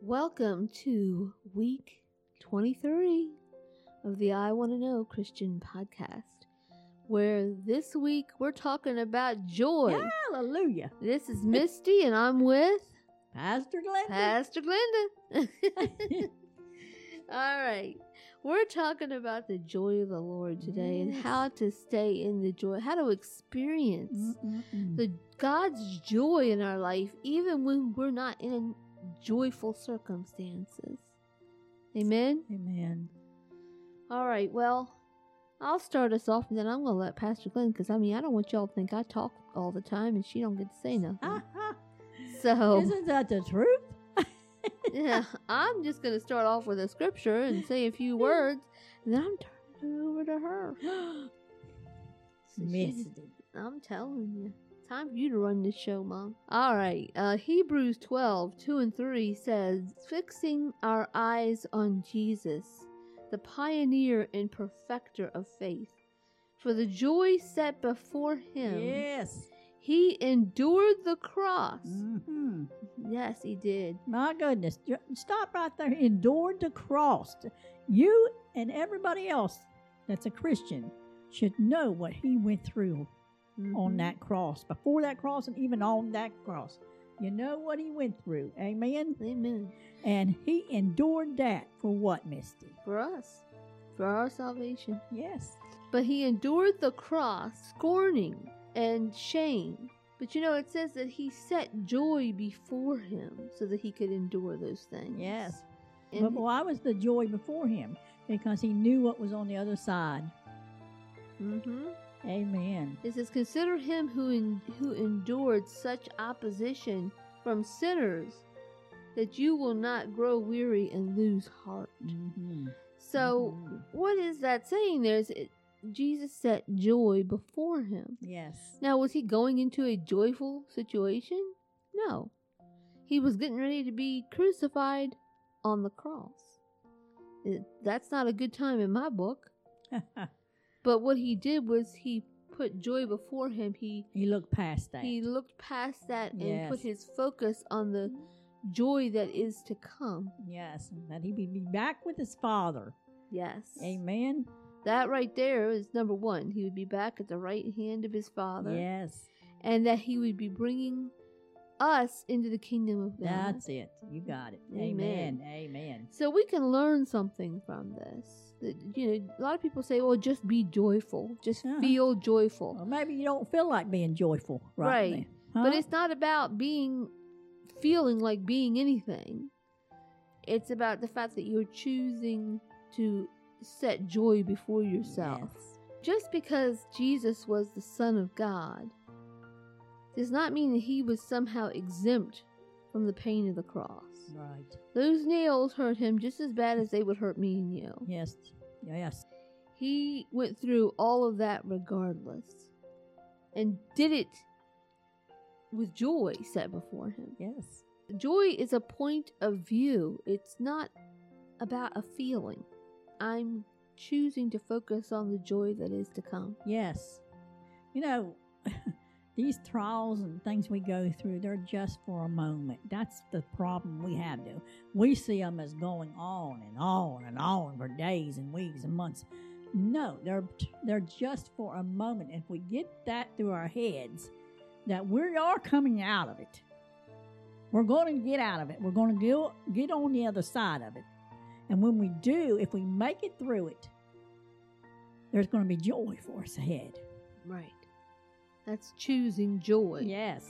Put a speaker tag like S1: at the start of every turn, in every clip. S1: Welcome to week 23 of the I Want to Know Christian podcast, where this week we're talking about joy.
S2: Hallelujah.
S1: This is Misty, and I'm with
S2: Pastor Glenda.
S1: Pastor Glenda. All right. We're talking about the joy of the Lord today and
S2: Yes.
S1: how to stay in the joy, how to experience
S2: Mm-hmm. Mm-mm-mm.
S1: the God's joy in our life, even when we're not in joyful circumstances. Amen.
S2: Amen.
S1: All right. Well, I'll start us off, and then I'm gonna let Pastor Glenn, because I mean, I don't want y'all to think I talk all the time and she don't get to say
S2: Mm-hmm.
S1: nothing. so
S2: Uh-huh. Isn't that the truth?
S1: yeah, I'm just gonna start off with a scripture and say a few words, and then I'm turning it over to her. So she
S2: Missed
S1: I'm telling you. Time for you to run this show, Mom. All right. Uh, Hebrews 12, 2 and 3 says, Fixing our eyes on Jesus, the pioneer and perfecter of faith. For the joy set before him,
S2: Yes.
S1: he endured the cross.
S2: hmm
S1: Yes, he did.
S2: My goodness. Ju- Stop right there. Endured the cross. You and everybody else that's a Christian should know what he went through on
S1: Mhm.
S2: that cross, before that cross, and even on that cross. You know what he went through. Amen.
S1: Amen.
S2: And he endured that for what, Misty?
S1: For us, for our salvation.
S2: Yes.
S1: But he endured the cross, scorning and shame. But you know, it says that he set joy before him so that he could endure those things.
S2: Yes.
S1: And
S2: But why was the joy before him? Because he knew what was on the other side.
S1: Mhm.
S2: Amen.
S1: It says, Consider him who, en- who endured such opposition from sinners that you will not grow weary and lose heart.
S2: Mm-hmm.
S1: So,
S2: Mhm.
S1: what is that saying there? Is it, Jesus set joy before him.
S2: Yes.
S1: Now, was he going into a joyful situation? No. He was getting ready to be crucified on the cross. It- that's not a good time in my book. But what he did was he put joy before him. He
S2: he looked past that.
S1: he looked past that and put
S2: Yes.
S1: his focus on the joy that is to come.
S2: yes. and That he would be back with his father.
S1: Yes.
S2: Amen.
S1: That right there is number 1. He would be back at the right hand of his father
S2: Yes.
S1: and that he would be bringing us into the kingdom of God.
S2: That's it. You got it.
S1: Uh-huh. Amen.
S2: Amen. Amen.
S1: So we can learn something from this. That, You know, a lot of people say, "Well, just be joyful, just
S2: Uh-huh.
S1: feel joyful."
S2: Well, maybe you don't feel like being joyful right,
S1: Right.
S2: now,
S1: But
S2: huh?
S1: it's not about being feeling like being anything. It's about the fact that you're choosing to set joy before yourself.
S2: Yes.
S1: Just because Jesus was the Son of God does not mean that he was somehow exempt from the pain of the cross.
S2: Right.
S1: Those nails hurt him just as bad as they would hurt me and you.
S2: Yes. Yes.
S1: He went through all of that regardless and did it with joy set before him.
S2: Yes.
S1: Joy is a point of view, it's not about a feeling. I'm choosing to focus on the joy that is to come.
S2: Yes. You know, these trials and things we go through, they're just for a moment. That's the problem we have, though. We see them as going on and on and on for days and weeks and months. No, they're they're just for a moment. If we get that through our heads, that we are coming out of it, we're going to get out of it. We're going to go, get on the other side of it. And when we do, if we make it through it, there's going to be joy for us ahead.
S1: Right. That's choosing joy.
S2: Yes.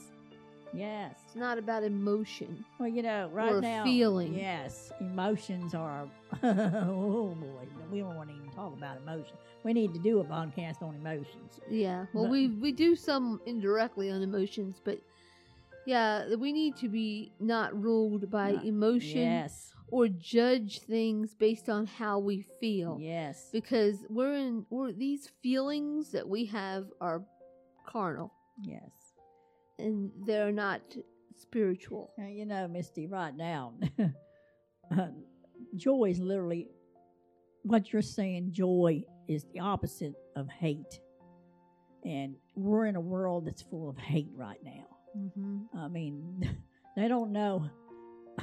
S2: Yes.
S1: It's not about emotion.
S2: Well, you know, right
S1: Or
S2: now,
S1: feeling.
S2: Yes, emotions are. oh boy, we don't want to even talk about emotion. We need to do a podcast on emotions.
S1: Yeah. Well,
S2: But-
S1: we we do some indirectly on emotions, but yeah, we need to be not ruled by
S2: Not-
S1: emotion.
S2: Yes.
S1: or judge things based on how we feel
S2: Yes.
S1: because we're in we're these feelings that we have are carnal
S2: Yes.
S1: and they're not spiritual
S2: Now, you know, Misty, right now, uh, joy is literally what you're saying. Joy is the opposite of hate, and we're in a world that's full of hate right now.
S1: mm-hmm.
S2: I mean, they don't know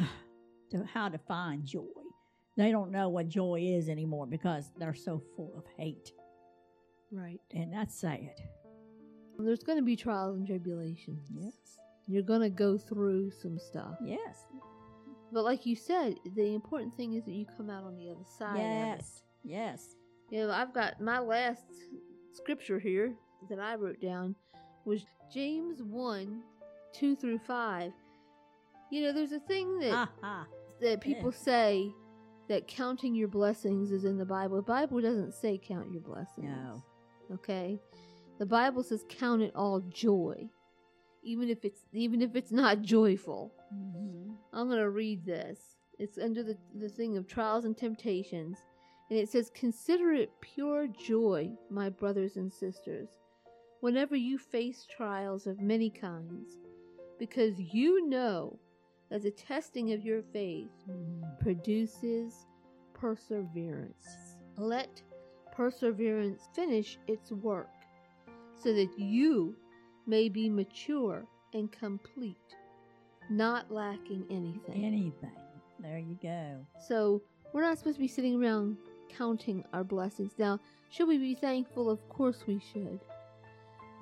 S2: to how to find joy. They don't know what joy is anymore because they're so full of hate.
S1: Right.
S2: And that's sad.
S1: There's going to be trials and tribulations. You're going to go through some stuff.
S2: Yes.
S1: But like you said, the important thing is that you come out on the other side. of it.
S2: Yes. Yes.
S1: You know, I've got my last scripture here that I wrote down was James 1 2 through 5. You know, there's a thing that,
S2: Ha ha.
S1: that people say that counting your blessings is in the Bible. The Bible doesn't say count your blessings.
S2: No.
S1: Okay? The Bible says count it all joy. Even if it's even if it's not joyful.
S2: Mhm.
S1: I'm going to read this. It's under the, the thing of trials and temptations. And it says, Consider it pure joy, my brothers and sisters, whenever you face trials of many kinds, because you know that the testing of your faith
S2: Mhm.
S1: produces perseverance. Let perseverance finish its work, so that you may be mature and complete, not lacking anything.
S2: Anything. There you go.
S1: so we're not supposed to be sitting around counting our blessings. Now, should we be thankful? Of course we should.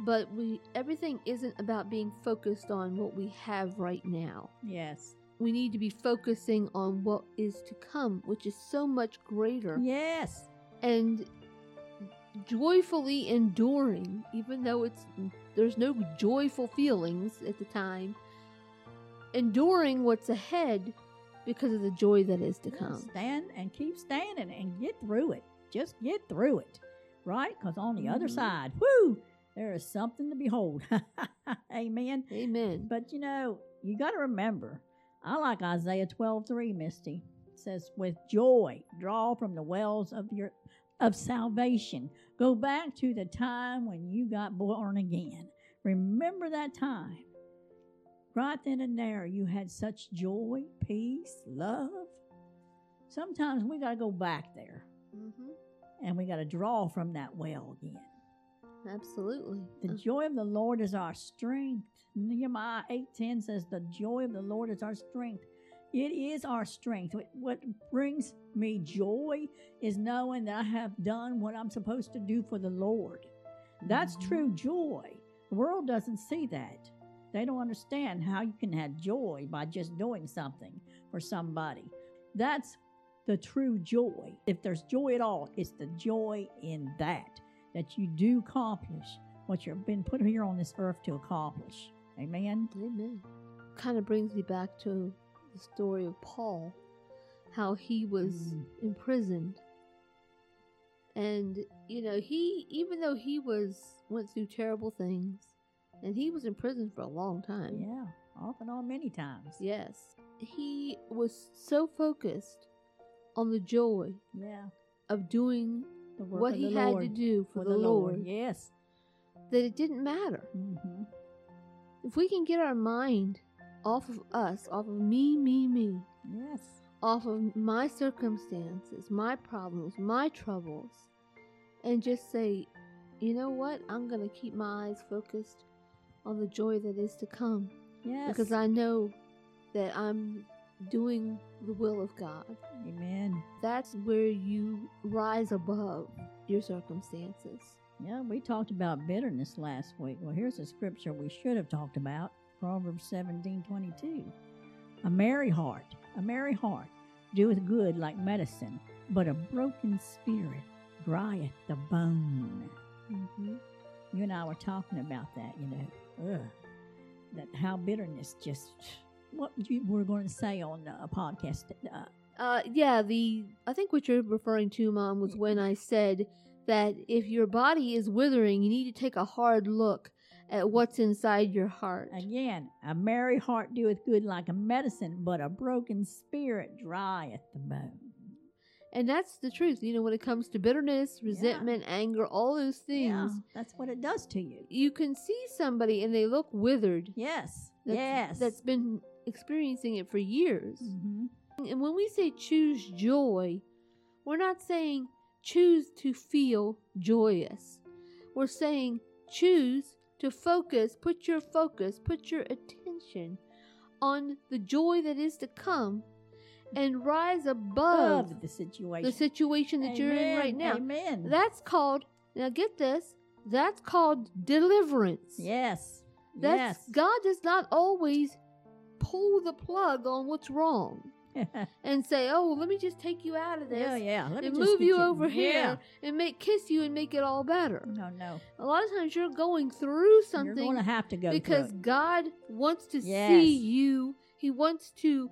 S1: But we everything isn't about being focused on what we have right now
S2: Yes.
S1: we need to be focusing on what is to come, which is so much greater
S2: Yes.
S1: and joyfully enduring, even though it's there's no joyful feelings at the time. Enduring what's ahead because of the joy that is to
S2: Yeah,
S1: come.
S2: Stand and keep standing and get through it. Just get through it, right? Because on the other
S1: Mhm.
S2: side, whoo, there is something to behold. Amen.
S1: Amen.
S2: But you know, you got to remember, I like Isaiah twelve three. Misty It says, "With joy, draw from the wells of your of salvation. Go back to the time when you got born again. Remember that time." Right then and there, you had such joy, peace, love. Sometimes we got to go back there
S1: hmm
S2: and we got to draw from that well again.
S1: Absolutely.
S2: The joy of the Lord is our strength. Nehemiah 8:10 says, "The joy of the Lord is our strength." It is our strength. What- What brings me joy is knowing that I have done what I'm supposed to do for the Lord. That's
S1: Mhm.
S2: true joy. The world doesn't see that. They don't understand how you can have joy by just doing something for somebody. That's the true joy. If there's joy at all, it's the joy in that, that you do accomplish what you've been put here on this earth to accomplish. Amen?
S1: Amen. Kind of brings me back to the story of Paul, how he was
S2: Mm.
S1: imprisoned. And you know, he even though he was went through terrible things and he was in prison for a long time.
S2: Yeah, off and on many times.
S1: Yes. He was so focused on the joy
S2: Yeah.
S1: of doing
S2: The work
S1: what
S2: of
S1: he
S2: the
S1: had
S2: Lord.
S1: to do for, the, Lord
S2: Yes.
S1: that it didn't matter.
S2: hmm
S1: If we can get our mind off of us, off of me, me, me,
S2: Yes.
S1: off of my circumstances, my problems, my troubles, and just say, you know what? I'm going to keep my eyes focused on the joy that is to come
S2: Yes.
S1: because I know that I'm doing the will of God.
S2: Amen.
S1: That's where you rise above your circumstances.
S2: Yeah, we talked about bitterness last week. Well, here's a scripture we should have talked about Proverbs seventeen twenty two. A merry heart, a merry heart doeth good like medicine, but a broken spirit drieth the bone.
S1: Mm-hmm.
S2: You and I were talking about that, you know, ugh, that how bitterness just, what you were going to say on uh, a podcast. Uh,
S1: Uh, yeah, the I think what you're referring to, Mom, was when I said that if your body is withering, you need to take a hard look at what's inside your heart.
S2: Again, a merry heart doeth good like a medicine, but a broken spirit drieth the bone.
S1: And that's the truth. You know, when it comes to bitterness, resentment, anger, all those things,
S2: Yeah, that's what it does to you.
S1: you can see somebody and they look withered.
S2: Yes.
S1: That's,
S2: yes.
S1: That's been experiencing it for years.
S2: hmm
S1: And when we say choose joy, we're not saying choose to feel joyous. We're saying choose to focus, put your focus, put your attention on the joy that is to come and rise above
S2: Love the situation.
S1: the situation that you're in
S2: Amen,
S1: right now.
S2: Amen.
S1: That's called, now get this, that's called deliverance.
S2: yes.
S1: That's
S2: yes.
S1: God does not always pull the plug on what's wrong and say, "Oh, let me just take you out of this
S2: yeah, yeah. Let me
S1: and
S2: just
S1: move
S2: get
S1: you over
S2: yeah.
S1: here and make kiss you and make it all better."
S2: No, no.
S1: A lot of times you're going through
S2: You're
S1: something
S2: going to have to go through
S1: because
S2: it.
S1: God wants to
S2: Yes.
S1: see you. He wants to,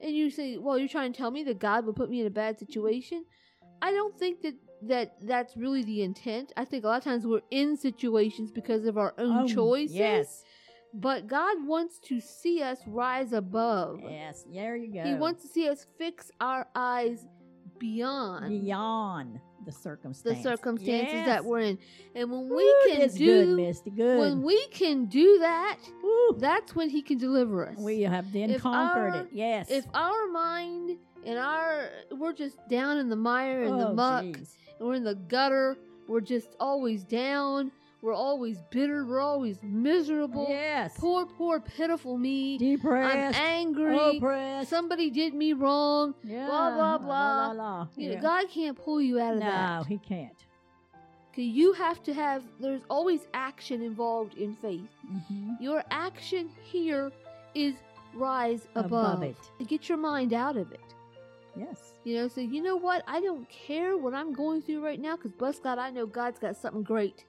S1: and you say, "Well, you're trying to tell me that God would put me in a bad situation." I don't think that that that's really the intent. I think a lot of times we're in situations because of our own
S2: Oh,
S1: choices.
S2: Yes.
S1: But God wants to see us rise above.
S2: Yes. There you go.
S1: He wants to see us fix our eyes beyond
S2: beyond the circumstances.
S1: the circumstances that we're in. And when we can
S2: it's good,
S1: do
S2: Misty. Good.
S1: when we can do that,
S2: Woo.
S1: that's when he can deliver us.
S2: we have then
S1: if
S2: conquered
S1: our-
S2: it. Yes.
S1: if our mind and our we're just down in the mire and the
S2: Oh,
S1: muck
S2: jeez.
S1: and we're in the gutter, we're just always down, we're always bitter, we're always miserable.
S2: Yes.
S1: Poor, poor, pitiful me. I'm
S2: Depressed.
S1: angry.
S2: Oppressed.
S1: Somebody did me wrong.
S2: yeah.
S1: blah, blah.
S2: La, la, la.
S1: You know,
S2: Yeah.
S1: God can't pull you out of
S2: no,
S1: that.
S2: he can't.
S1: 'Cause You have to have, there's always action involved in faith.
S2: Mhm.
S1: Your action here is rise above.
S2: Above it.
S1: Get your mind out of it.
S2: Yes.
S1: You know, so you know what? I don't care what I'm going through right now because bless God, I know God's got something great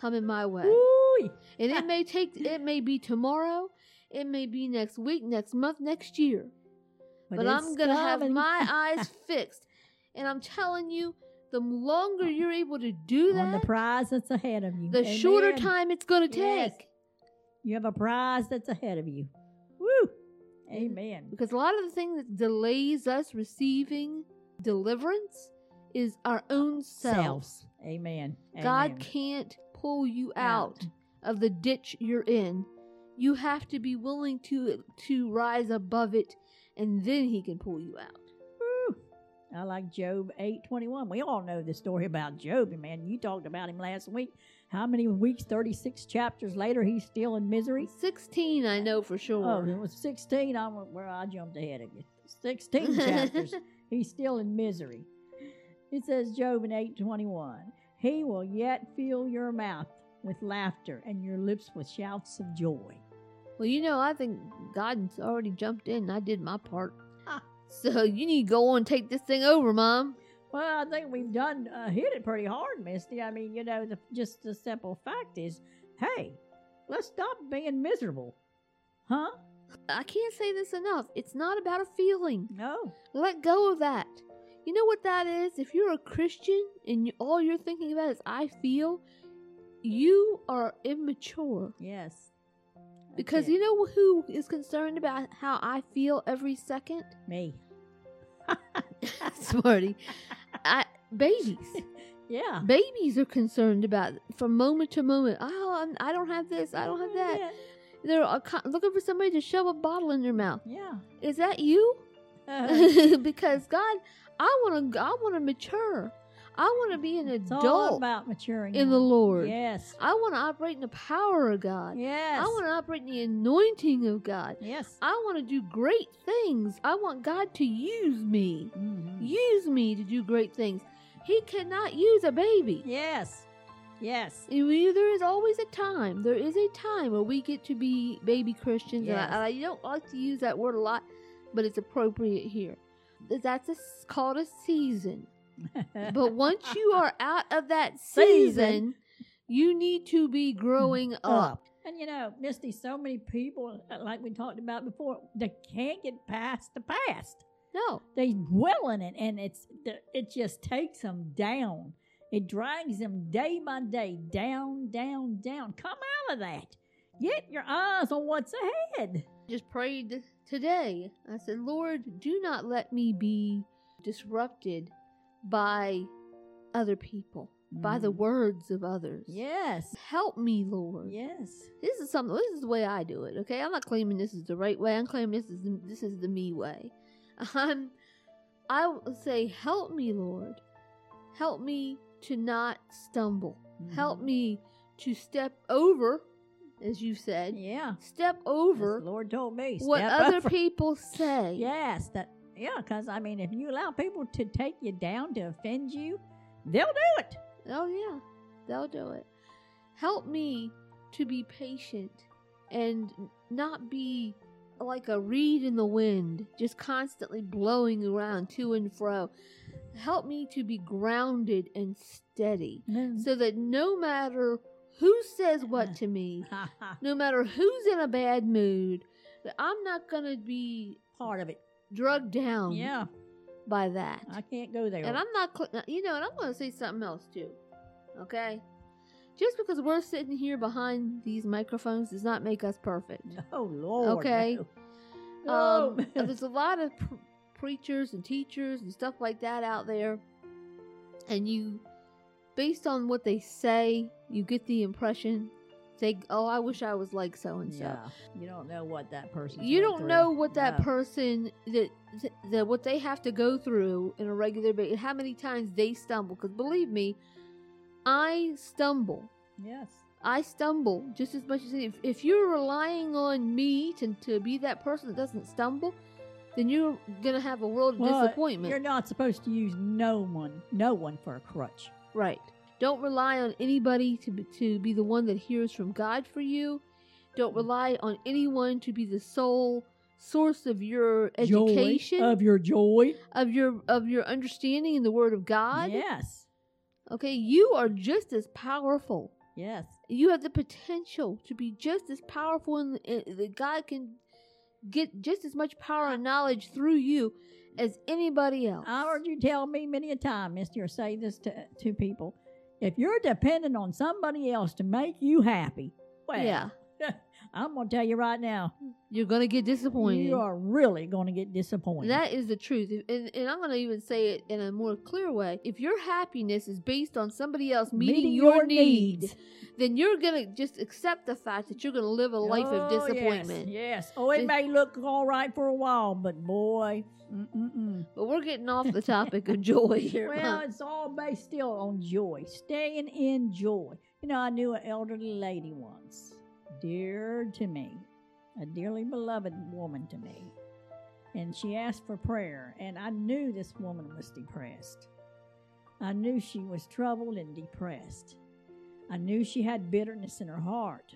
S1: coming my way.
S2: Ooh.
S1: And it may take, it may be tomorrow, it may be next week, next month, next year. but, I'm
S2: it's
S1: going to have
S2: coming.
S1: my eyes fixed. And I'm telling you, the longer you're able to do
S2: Oh. on the
S1: that,
S2: prize that's ahead of you.
S1: the shorter
S2: Amen.
S1: time it's going to
S2: Yes.
S1: take.
S2: You have a prize that's ahead of you. Woo!
S1: Mm.
S2: Amen.
S1: Because a lot of the thing that delays us receiving deliverance is our own selves.
S2: Selves. Amen.
S1: God
S2: Amen.
S1: can't pull you out of the ditch you're in. You have to be willing to to rise above it, and then He can pull you out.
S2: Woo. I like Job eight twenty one. We all know the story about Job, man. You talked about him last week. How many weeks? Thirty six chapters later, he's still in misery.
S1: Sixteen, I know for sure.
S2: Oh, it was sixteen. I went where I jumped ahead of you. Sixteen chapters. He's still in misery. It says Job in 821, He will yet fill your mouth with laughter and your lips with shouts of joy.
S1: Well, you know, I think God's already jumped in. and I did my part.
S2: Ah.
S1: So you need to go on and take this thing over, Mom.
S2: Well, I think we've done uh, hit it pretty hard, Misty. I mean, you know, the, just the simple fact is, hey, let's stop being miserable, huh?
S1: I can't say this enough. It's not about a feeling.
S2: No,
S1: Let go of that. You know what that is? If you're a Christian and you, all you're thinking about is I feel, you are immature.
S2: yes, That's
S1: Because
S2: it.
S1: you know who is concerned about how I feel every second?
S2: me,
S1: Smarty. I, babies.
S2: yeah,
S1: babies are concerned about from moment to moment. Oh, I'm, I don't have this. I don't have that. They're a co- looking for somebody to shove a bottle in their mouth.
S2: yeah.
S1: Is that you?
S2: Uh,
S1: because God, I want to. I want to mature. I want to be an
S2: it's all
S1: adult
S2: about maturing
S1: in the Lord.
S2: Yes,
S1: I want to operate in the power of God.
S2: yes,
S1: I want to operate in the anointing of God.
S2: yes.
S1: I want to do great things. I want God to use me.
S2: Mhm.
S1: Use me to do great things. He cannot use a baby.
S2: Yes. Yes.
S1: You- you- There is always a time. There is a time where we get to be baby Christians. And I-
S2: Yes.
S1: And, I, don't like to use that word a lot, but it's appropriate here. Th- That's a s called a season. But once you are out of that season,
S2: Season.
S1: you need to be growing up.
S2: Uh, And you know, Misty, so many people, uh, like we talked about before, they can't get past the past.
S1: No,
S2: They dwell in it, and it's the- it just takes them down. It drags them day by day down, down, down. Come out of that. Get your eyes on what's ahead.
S1: just prayed today. I said, Lord, do not let me be disrupted by other people, by the
S2: Mm.
S1: words of others.
S2: Yes.
S1: Help me, Lord.
S2: Yes.
S1: This is something. This is the way I do it. Okay, I'm not claiming this is the right way. I'm claiming this is the, this is the me way. I'm. I will say, help me, Lord. Help me to not stumble. Help
S2: Mhm.
S1: me to step over, as you said,
S2: Yeah.
S1: step
S2: As the
S1: over
S2: Lord told me.
S1: what
S2: step
S1: other
S2: up for-
S1: people say.
S2: Yes, that Yeah, because I mean, if you allow people to take you down to offend you, they'll do it.
S1: Oh, yeah, they'll do it. Help me to be patient and not be like a reed in the wind, just constantly blowing around to and fro. Help me to be grounded and steady so that no matter who says what to me, no matter who's in a bad mood, that I'm not going to be
S2: Part of it.
S1: drugged down
S2: Yeah,
S1: by that.
S2: I can't go there.
S1: Um, And I'm not, cl- uh, you know, and I'm going to say something else too. Okay? Just because we're sitting here behind these microphones does not make us perfect.
S2: oh Lord.
S1: Okay.
S2: no.
S1: Um,
S2: Oh.
S1: there's a lot of pr- preachers and teachers and stuff like that out there, and you, based on what they say, you get the impression they, oh, I wish I was like so and so.
S2: yeah, you don't know what that person.
S1: You don't know what that person that, that what they have to go through in a regular basis, how many times they stumble. Because believe me, I stumble.
S2: Yes.
S1: I stumble just as much as if, if you're relying on me to, to be that person that doesn't stumble, then you're gonna have a world of
S2: Well,
S1: disappointment.
S2: You're not supposed to use no one, no one for a crutch.
S1: Right. Don't rely on anybody to be, to be the one that hears from God for you. Don't
S2: Mm.
S1: rely on anyone to be the sole source of your
S2: Joy
S1: education
S2: of your joy.
S1: of your of your understanding in the Word of God.
S2: Yes.
S1: Okay, you are just as powerful
S2: Yes.
S1: you have the potential to be just as powerful and that God can get just as much power and knowledge through you as anybody else.
S2: I heard you tell me many a time, Mister, or say this to to people: if you're dependent on somebody else to make you happy, well,
S1: yeah,
S2: I'm gonna tell you right now,
S1: you're gonna get disappointed.
S2: you are really gonna get disappointed.
S1: That is the truth, and, and I'm gonna even say it in a more clear way. If your happiness is based on somebody else meeting, your, needs, then you're gonna just accept the fact that you're gonna live a life of
S2: Oh, yes,
S1: disappointment.
S2: Yes, Oh, it
S1: This-
S2: may look all right for a while, but boy, mm-mm-mm.
S1: But we're getting off the topic of joy here.
S2: well, it's all based still on joy, staying in joy. You know, I knew an elderly lady once, dear to me, a dearly beloved woman to me, and she asked for prayer, and I knew this woman was depressed. I knew she was troubled and depressed. I knew she had bitterness in her heart.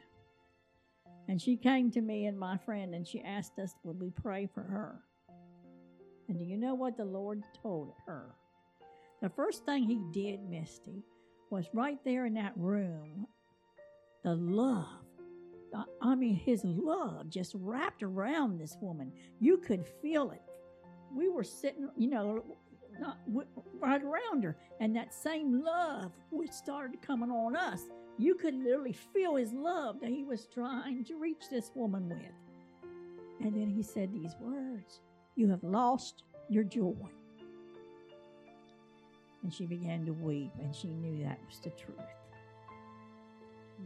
S2: And she came to me and my friend and she asked us, would we pray for her? And do you know what the Lord told her? The first thing he did, Misty, was right there in that room, the love. I- I mean, his love just wrapped around this woman. You could feel it. We were sitting, you know, not, w- right around her, and that same love which started coming on us. You could literally feel his love that he was trying to reach this woman with. And then he said these words You have lost your joy. And she began to weep, and she knew that was the truth.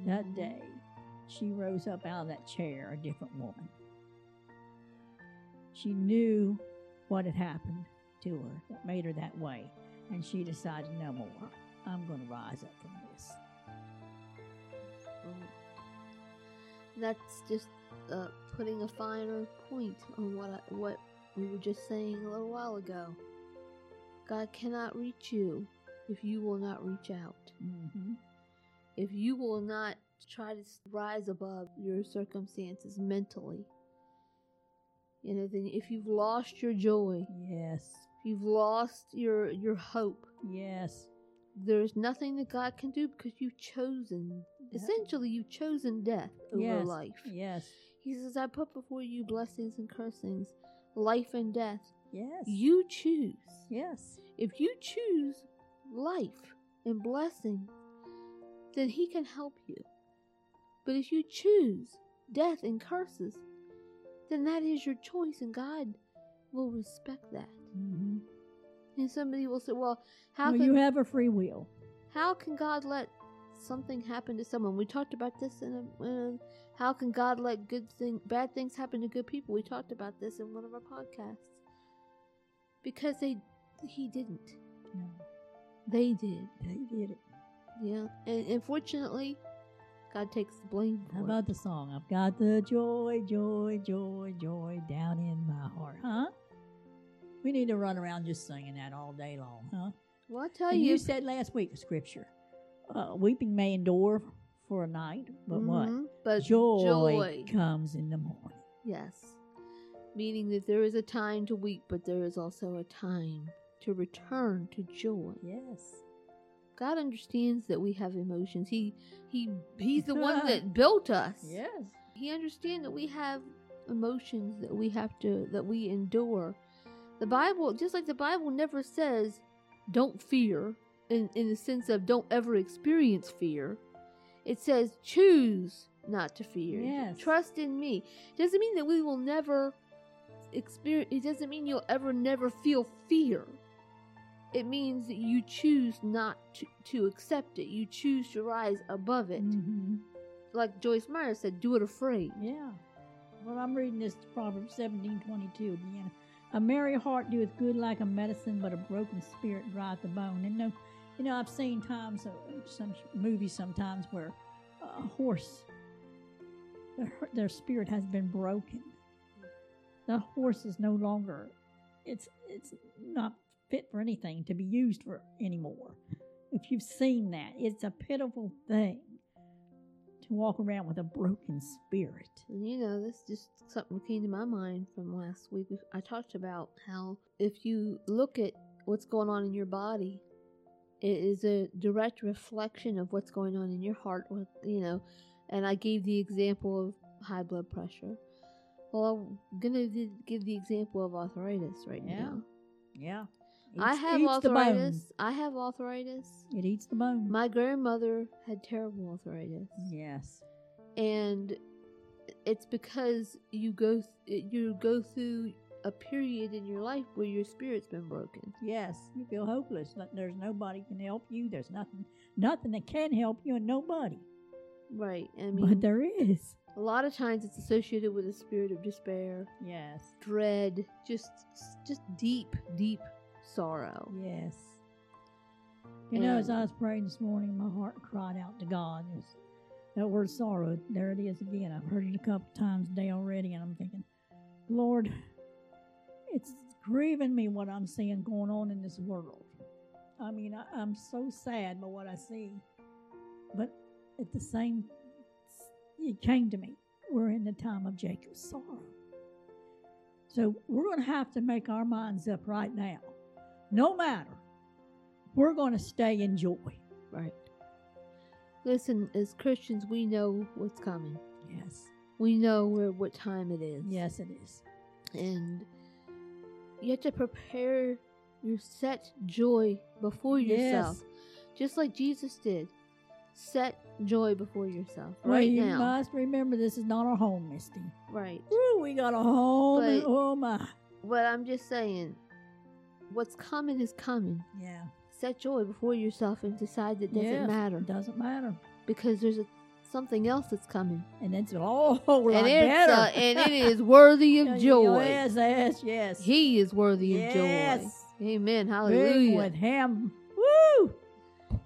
S2: That day, she rose up out of that chair, a different woman. She knew what had happened to her that made her that way, and she decided no more. I'm going to rise up from this.
S1: That's just uh, putting a finer point on what I, what we were just saying a little while ago. God cannot reach you if you will not reach out.
S2: Mm-hmm.
S1: If you will not try to s- rise above your circumstances mentally. You know, then if you've lost your joy,
S2: Yes,
S1: if you've lost your your hope,
S2: yes,
S1: there's nothing that God can do because you've chosen. Essentially, you've chosen death over
S2: yes,
S1: life.
S2: yes,
S1: He says, I put before you blessings and cursings, life and death.
S2: yes,
S1: You choose.
S2: yes,
S1: If you choose life and blessing, then He can help you. But if you choose death and curses, then that is your choice, and God will respect that.
S2: mm-hmm.
S1: And somebody will say, Well, how,
S2: Well,
S1: can,
S2: you have a free will.
S1: how can God let something happen to someone? We talked about this in a. In how can God let good thing, bad things happen to good people? We talked about this in one of our podcasts. Because they, He didn't.
S2: No,
S1: They did.
S2: they did it.
S1: Yeah, and unfortunately, God takes the blame for
S2: How
S1: it.
S2: about the song? I've got the joy, joy, joy, joy down in my heart, huh? We need to run around just singing that all day long, huh?
S1: Well, I tell
S2: And you
S1: you,
S2: said last week the scripture, uh, weeping may endure for a night, but what?
S1: mhm, But
S2: Joy,
S1: joy.
S2: comes in the morning.
S1: Yes. Meaning that there is a time to weep, but there is also a time to return to joy.
S2: Yes.
S1: God understands that we have emotions. He he he's the one that built us.
S2: Yes.
S1: He understands that we have emotions that we have to that we endure. The Bible, just like the Bible never says don't fear in in the sense of don't ever experience fear. It says choose not to fear.
S2: Yes.
S1: Trust in me. doesn't mean that we will never experience it doesn't mean you'll ever never feel fear. It means that you choose not to, to accept it. You choose to rise above it
S2: Mhm.
S1: like Joyce Meyer said, do it afraid.
S2: Yeah. Well, I'm reading this Proverbs seventeen twenty two again. A merry heart doeth good like a medicine, but a broken spirit drieth the bone. And no, you know, I've seen times, uh, some sh- movies sometimes where a horse, their, their spirit has been broken. The horse is no longer, it's it's not fit for anything to be used for anymore. If you've seen that, it's a pitiful thing to walk around with a broken spirit.
S1: And you know, that's just something that came to my mind from last week. We- I talked about how if you look at what's going on in your body, it is a direct reflection of what's going on in your heart. With you know, and I gave the example of high blood pressure. Well, I'm gonna di- give the example of arthritis right
S2: Yeah.
S1: now.
S2: Yeah.
S1: I
S2: Eats-
S1: have
S2: eats the bone.
S1: arthritis. I have arthritis.
S2: It eats the bone.
S1: My grandmother had terrible arthritis.
S2: yes.
S1: and it's because you go th- you go through a period in your life where your spirit's been broken.
S2: Yes. You feel hopeless. No- There's nobody can help you. There's nothing nothing that can help you and nobody.
S1: Right. I
S2: but
S1: mean,
S2: there is.
S1: a lot of times it's associated with a spirit of despair,
S2: Yes.
S1: dread, just just deep, deep sorrow.
S2: Yes. You know, as
S1: And-
S2: I was praying this morning, my heart cried out to God. It's- that word sorrow, there it is again. I've heard it a couple times today already, and I'm thinking, Lord, it's grieving me what I'm seeing going on in this world. I mean, I, I'm so sad by what I see, but at the same, it came to me. We're in the time of Jacob's sorrow. So we're going to have to make our minds up right now. No matter, we're going to stay in joy.
S1: Right. Listen, as Christians, we know what's coming.
S2: Yes.
S1: We know where what time it is.
S2: Yes, it is.
S1: and you have to prepare your set joy before yourself, just like Jesus did. Set joy before yourself
S2: Well,
S1: right
S2: you
S1: now,
S2: must remember this is not our home, Misty.
S1: right?
S2: Ooh, we got a home. and-
S1: But-
S2: oh, my.
S1: But I'm just saying, what's coming is coming.
S2: Yeah.
S1: Set joy before yourself and decide that doesn't
S2: Yes,
S1: matter
S2: It doesn't matter.
S1: because there's a, something else that's coming,
S2: And it's all a whole lot
S1: and it's
S2: better.
S1: uh, and it is worthy
S2: Yeah,
S1: of joy.
S2: Yes, yes, yes.
S1: He is worthy of joy.
S2: Yes.
S1: Amen.
S2: Being
S1: Hallelujah.
S2: with him. Woo!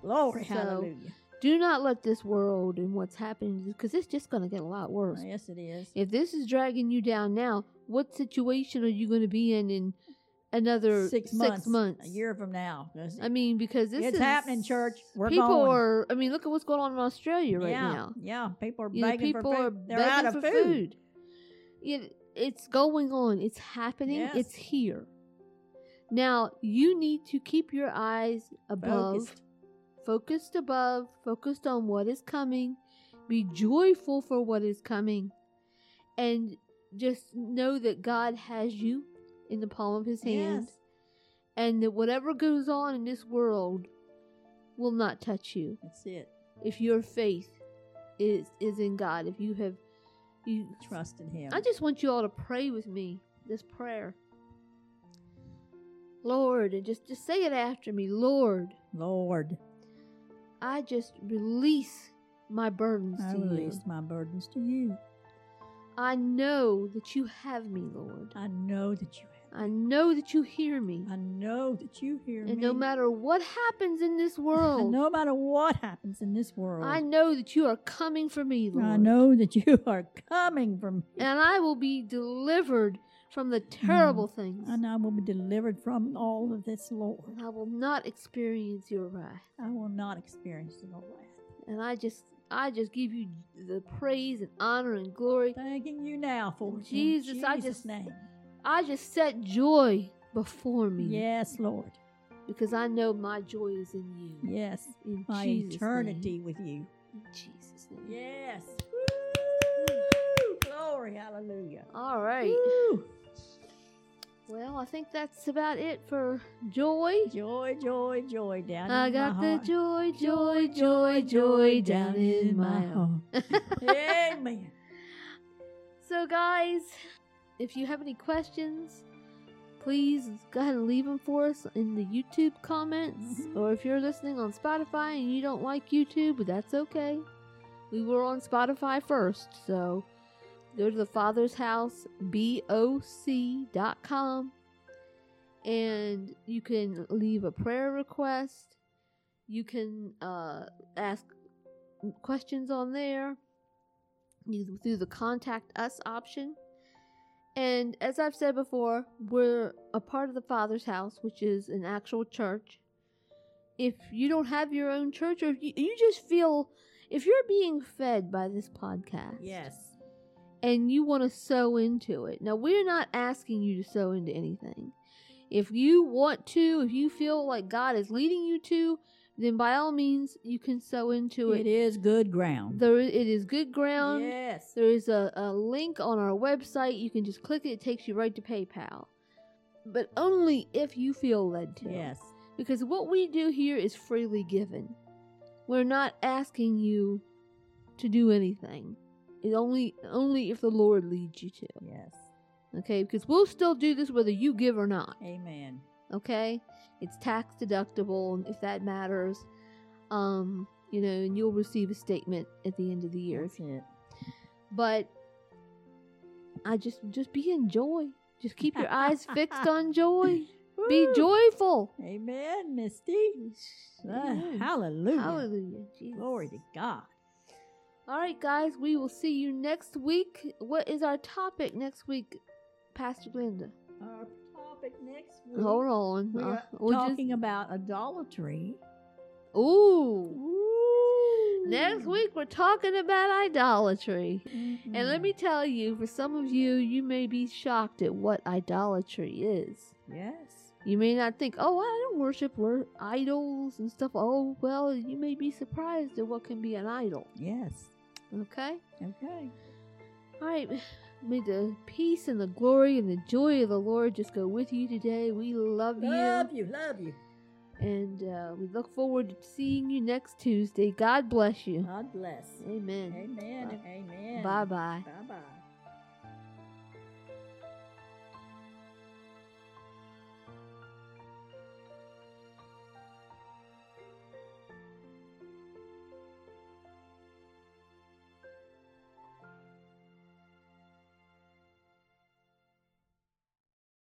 S2: Glory,
S1: So,
S2: hallelujah.
S1: Do not let this world and what's happening, because it's just going to get a lot worse.
S2: Yes, it is.
S1: If this is dragging you down now, what situation are you going to be in in another
S2: six months,
S1: months?
S2: a year from now. 'Cause
S1: I mean, because this
S2: It's
S1: is
S2: happening, church. We're
S1: people
S2: going.
S1: are. I mean, look at what's going on in Australia right
S2: yeah,
S1: now.
S2: yeah, people are
S1: You know,
S2: begging
S1: people
S2: for food.
S1: are
S2: They're
S1: begging
S2: out of
S1: for
S2: food.
S1: food. It, it's going on. It's happening.
S2: Yes.
S1: It's here. Now you need to keep your eyes above
S2: Focused.
S1: focused above, focused on what is coming. Be joyful for what is coming. And just know that God has you in the palm of his hand.
S2: Yes.
S1: And that whatever goes on in this world will not touch you
S2: That's it.
S1: if your faith is is in God. If you have you
S2: Trust in him.
S1: I just want you all to pray with me this prayer. Lord, and just, just say it after me, Lord.
S2: Lord,
S1: I just release my burdens
S2: I
S1: to you.
S2: release my burdens to you.
S1: I know that you have me, Lord.
S2: I know that you have.
S1: I know that you hear me.
S2: I know that you hear
S1: And
S2: me.
S1: no matter what happens in this
S2: And
S1: world,
S2: no matter what happens in this world,
S1: I know that you are coming for me, Lord.
S2: I know that you are coming from me.
S1: And I will be delivered from the terrible things.
S2: and Mm-hmm. I will be delivered from all of this, Lord.
S1: And I will not experience your wrath.
S2: I will not experience your wrath.
S1: And I just I just give you the praise and honor and glory.
S2: Thanking you now for it, in
S1: Jesus, I
S2: Jesus'
S1: just-
S2: name.
S1: I just set joy before me.
S2: Yes, Lord.
S1: Because I know my joy is in you.
S2: Yes,
S1: In
S2: my
S1: Jesus'
S2: eternity
S1: Name.
S2: with you.
S1: In Jesus' name.
S2: Yes. Woo! Glory, hallelujah.
S1: All right.
S2: Woo!
S1: Well, I think that's about it for joy.
S2: Joy, joy, joy down
S1: I
S2: in
S1: got
S2: my
S1: the
S2: heart.
S1: joy, joy, joy, joy down in my heart.
S2: Amen.
S1: So, guys, if you have any questions, please go ahead and leave them for us in the YouTube comments.
S2: Mhm.
S1: Or if you're listening on Spotify and you don't like YouTube, that's okay. We were on Spotify first, so go to the Father's House BOC.com and you can leave a prayer request. You can uh, ask questions on there you- through the contact us option. And as I've said before, we're a part of the Father's house, which is an actual church. If you don't have your own church, or if you, you just feel, if you're being fed by this podcast,
S2: Yes.
S1: and you want to sew into it. Now, we're not asking you to sew into anything. If you want to, if you feel like God is leading you to, then by all means, you can sew into it.
S2: It is good ground.
S1: There, it is good ground.
S2: Yes.
S1: There is a, a link on our website. You can just click it, it takes you right to PayPal. But only if you feel led to.
S2: Yes.
S1: Because what we do here is freely given. We're not asking you to do anything. It only only if the Lord leads you to.
S2: Yes.
S1: Okay? Because we'll still do this whether you give or not
S2: Amen.
S1: okay it's tax deductible if that matters um you know and you'll receive a statement at the end of the year
S2: That's it.
S1: but i just just be in joy just keep your eyes fixed on joy be
S2: Woo!
S1: joyful
S2: Amen, Misty. Ah,
S1: Amen.
S2: hallelujah.
S1: hallelujah Jesus.
S2: Glory to God.
S1: all right guys we will see you next week what is our topic next week pastor glenda
S2: Our topic next week.
S1: hold on
S2: We
S1: Uh,
S2: are
S1: we'll just-
S2: talking about idolatry.
S1: ooh Next week, we're talking about idolatry.
S2: Mm-hmm.
S1: And let me tell you, for some of you, you may be shocked at what idolatry is.
S2: Yes.
S1: You may not think, oh, I don't worship wor- idols and stuff. Oh, well, you may be surprised at what can be an idol.
S2: Yes.
S1: Okay?
S2: Okay.
S1: All right. May the peace and the glory and the joy of the Lord just go with you today. We love you.
S2: Love you. Love you.
S1: And uh, we look forward to seeing you next Tuesday. God bless you.
S2: God bless.
S1: Amen.
S2: Amen. Amen.
S1: Bye bye.
S2: Bye bye.